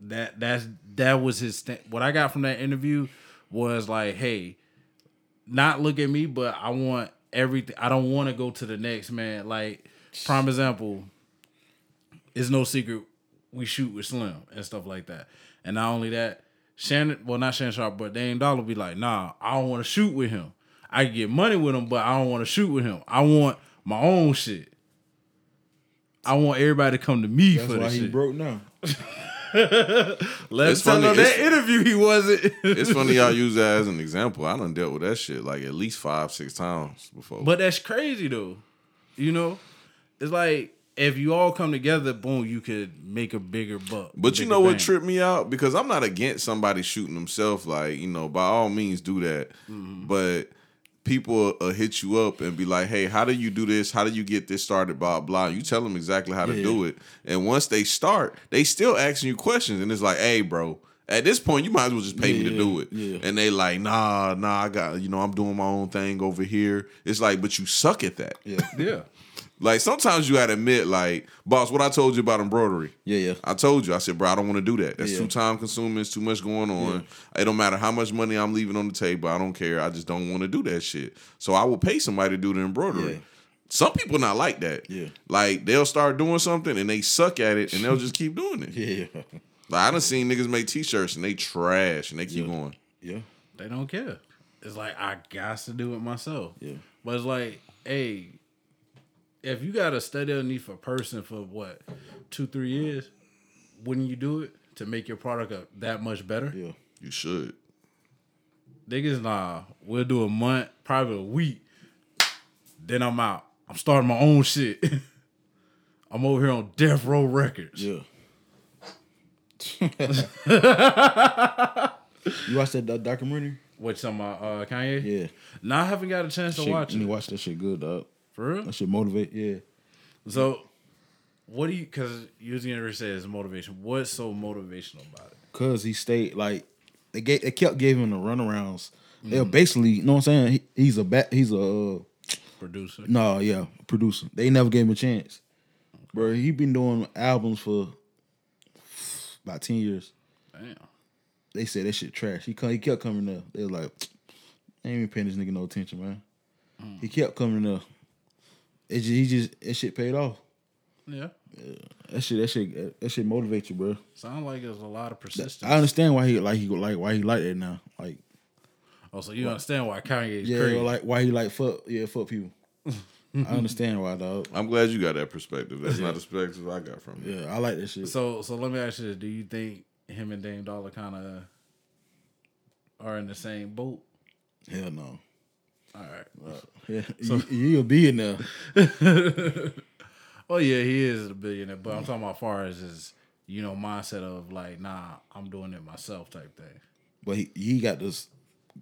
Speaker 2: That that's that was his thing. What I got from that interview was like, hey, not look at me, but I want everything. I don't want to go to the next man. Like, prime example, it's no secret we shoot with Slim and stuff like that. And not only that, Shannon, well, not Shannon Sharp, but Dame Dollar be like, nah, I don't want to shoot with him. I can get money with him, but I don't want to shoot with him. I want my own shit. I want everybody to come to me
Speaker 3: that's
Speaker 2: for
Speaker 3: why
Speaker 2: this
Speaker 3: he
Speaker 2: shit.
Speaker 3: broke now.
Speaker 2: Let's
Speaker 4: It's
Speaker 2: tell
Speaker 4: funny,
Speaker 2: him that
Speaker 4: it's-
Speaker 2: interview he wasn't.
Speaker 4: It's funny y'all use that as an example. I done dealt with that shit like at least five, six times before.
Speaker 2: But that's crazy though. You know? It's like if you all come together, boom, you could make a bigger buck.
Speaker 4: But you
Speaker 2: bigger
Speaker 4: know what
Speaker 2: bang.
Speaker 4: tripped me out? Because I'm not against somebody shooting himself. Like, you know, by all means do that.
Speaker 3: Mm-hmm.
Speaker 4: But people will hit you up and be like, hey, how do you do this? How do you get this started? Blah, blah. You tell them exactly how to do it. And once they start, they still asking you questions. And it's like, hey, bro, At this point, you might as well just pay me to
Speaker 3: Yeah,
Speaker 4: do it.
Speaker 3: yeah.
Speaker 4: And they like, nah, nah, I got, you know, I'm doing my own thing over here. It's like, but you suck at that.
Speaker 3: Yeah.
Speaker 2: Yeah.
Speaker 4: Like sometimes you gotta admit, like, boss, what I told you about embroidery.
Speaker 3: Yeah, yeah.
Speaker 4: I told you, I said, bro, I don't want to do that. That's
Speaker 3: Yeah.
Speaker 4: too time consuming. It's too much going on. It don't matter how much money I'm leaving on the table. I don't care. I just don't want to do that shit. So I will pay somebody to do the embroidery.
Speaker 3: Yeah.
Speaker 4: Some people not like that.
Speaker 3: Yeah.
Speaker 4: Like they'll start doing something and they suck at it and they'll just keep doing it.
Speaker 3: Yeah.
Speaker 4: Like I done seen niggas make t-shirts and they trash and they keep going.
Speaker 3: Yeah.
Speaker 2: They don't care. It's like I got to do it myself.
Speaker 3: Yeah.
Speaker 2: But it's like, hey, if you gotta study underneath a person for what, two, three years, wouldn't you do it to make your product up that much better?
Speaker 3: Yeah.
Speaker 4: You should.
Speaker 2: Niggas, nah, we'll do a month, probably a week. Then I'm out. I'm starting my own shit. I'm over here on Death Row Records.
Speaker 3: Yeah. you watched that doc- documentary?
Speaker 2: What's on my uh, Kanye?
Speaker 3: Yeah.
Speaker 2: Now I haven't got a chance to
Speaker 3: Shit,
Speaker 2: watch
Speaker 3: you
Speaker 2: it.
Speaker 3: watch that shit good, dog.
Speaker 2: For real?
Speaker 3: That shit motivate. Yeah.
Speaker 2: So, what do you? Because you was gonna say it's motivation. What's so motivational about it?
Speaker 3: Cause he stayed like they gave they kept giving him the runarounds. They were basically, you know what I'm saying? He, he's a bat. He's a uh,
Speaker 2: Producer.
Speaker 3: no, yeah, producer. They never gave him a chance, bro. He been doing albums for about ten years.
Speaker 2: Damn.
Speaker 3: They said that shit trash. He come, he kept coming up. They was like, I ain't even paying this nigga no attention, man. He kept coming up. It just, he just that shit paid off.
Speaker 2: Yeah.
Speaker 3: That shit, that shit, that shit motivate you, bro.
Speaker 2: Sound like there's a lot of persistence.
Speaker 3: I understand why he like he like why he like that now. Like
Speaker 2: oh, so you understand why Kanye's
Speaker 3: Yeah,
Speaker 2: crazy?
Speaker 3: like why he like fuck yeah fuck people. I understand why dog.
Speaker 4: I'm glad you got that perspective. That's not the perspective I got from it.
Speaker 3: Yeah, I like that shit.
Speaker 2: so, so let me ask you: this. Do you think him and Dame Dollar kind of are in the same boat?
Speaker 3: Hell no.
Speaker 2: All right.
Speaker 3: Yeah, you, will be in there.
Speaker 2: Oh yeah, he is a billionaire, but I'm talking about far as his, you know, mindset of like, nah, I'm doing it myself type thing.
Speaker 3: But he, he got this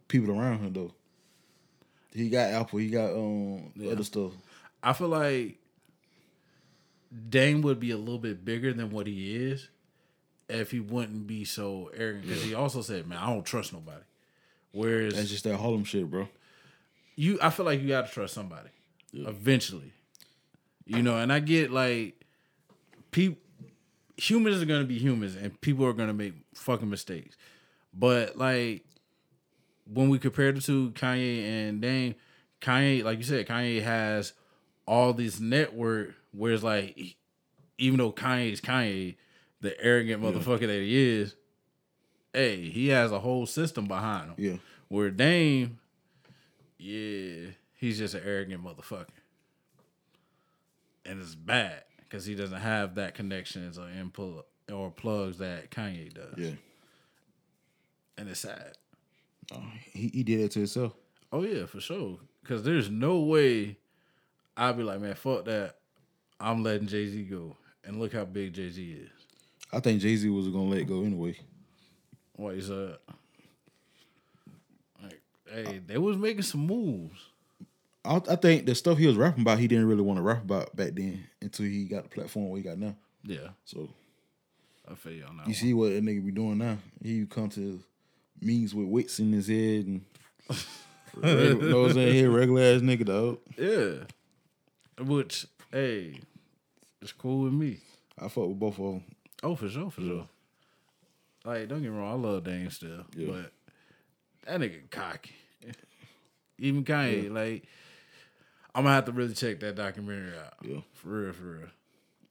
Speaker 3: people around him though. He got Apple. He got um other stuff.
Speaker 2: I feel like Dame would be a little bit bigger than what he is if he wouldn't be so arrogant. Because he also said, "Man, I don't trust nobody." Whereas
Speaker 3: That's just that Harlem shit, bro.
Speaker 2: you, I feel like you got to trust somebody eventually. You know, and I get like people, humans are gonna be humans, and people are gonna make fucking mistakes. But like when we compare the two, Kanye and Dame, Kanye, like you said, Kanye has all this network. Whereas like, he- even though Kanye is Kanye, the arrogant motherfucker that he is, hey, he has a whole system behind him.
Speaker 3: Yeah.
Speaker 2: Where Dame, yeah, he's just an arrogant motherfucker. And it's bad because he doesn't have that connections or input or plugs that Kanye does.
Speaker 3: Yeah.
Speaker 2: And it's sad.
Speaker 3: He, he did that to himself.
Speaker 2: Oh yeah, for sure. Cause there's no way I'd be like, man, fuck that. I'm letting Jay Z go. And look how big Jay Z is.
Speaker 3: I think Jay Z was gonna let go anyway.
Speaker 2: What is that? Like, hey, they was making some moves.
Speaker 3: I, I think the stuff he was rapping about, he didn't really want to rap about back then until he got the platform where he got now.
Speaker 2: Yeah,
Speaker 3: So
Speaker 2: I feel y'all now.
Speaker 3: You see what a nigga be doing now? He come to meetings with wits in his head and regu- know what I'm saying? He a regular ass nigga though.
Speaker 2: Yeah. Which, hey, it's cool with me.
Speaker 3: I fuck with both of them.
Speaker 2: Oh, for sure, for sure. Like, don't get me wrong, I love Dame still, but that nigga cocky. Even Kanye, like, I'm gonna have to really check that documentary out.
Speaker 3: Yeah.
Speaker 2: for real, for real.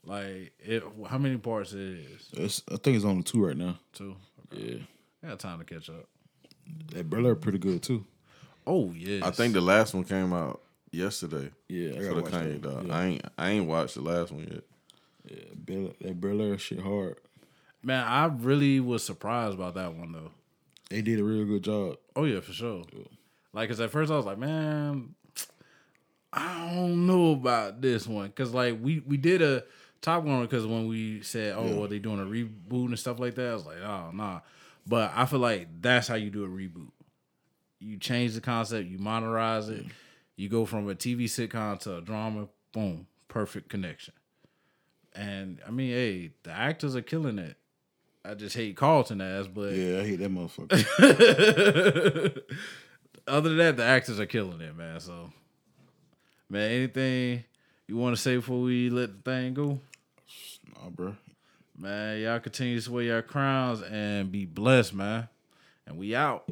Speaker 2: Like, it, how many parts it is?
Speaker 3: It's, I think it's on the two right now.
Speaker 2: Two.
Speaker 3: Yeah,
Speaker 2: I got time to catch up.
Speaker 3: that brother pretty good too.
Speaker 2: Oh yes,
Speaker 4: I think the last one came out yesterday.
Speaker 3: Yeah, I
Speaker 4: I
Speaker 3: gotta
Speaker 4: the
Speaker 3: watch
Speaker 4: Kanye
Speaker 3: that one.
Speaker 4: dog. I ain't I ain't watched the last one yet.
Speaker 3: That brother, that brother shit hard.
Speaker 2: man, I really was surprised by that one though.
Speaker 3: They did a real good job.
Speaker 2: Oh yeah, for sure. Like, cause at first I was like, man, I don't know about this one, cause like we we did a Top Gun because when we said, oh, well, they doing a reboot and stuff like that, I was like, oh nah. But I feel like that's how you do a reboot. You change the concept, you monetize it, you go from a TV sitcom to a drama. Boom, perfect connection. And I mean, hey, the actors are killing it. I just hate Carlton ass, but
Speaker 3: Yeah, I hate that motherfucker.
Speaker 2: other than that, the actors are killing it, man. So, man, anything you want to say before we let the thing go?
Speaker 3: nah, bro.
Speaker 2: Man, y'all continue to wear your crowns and be blessed, man. And we out.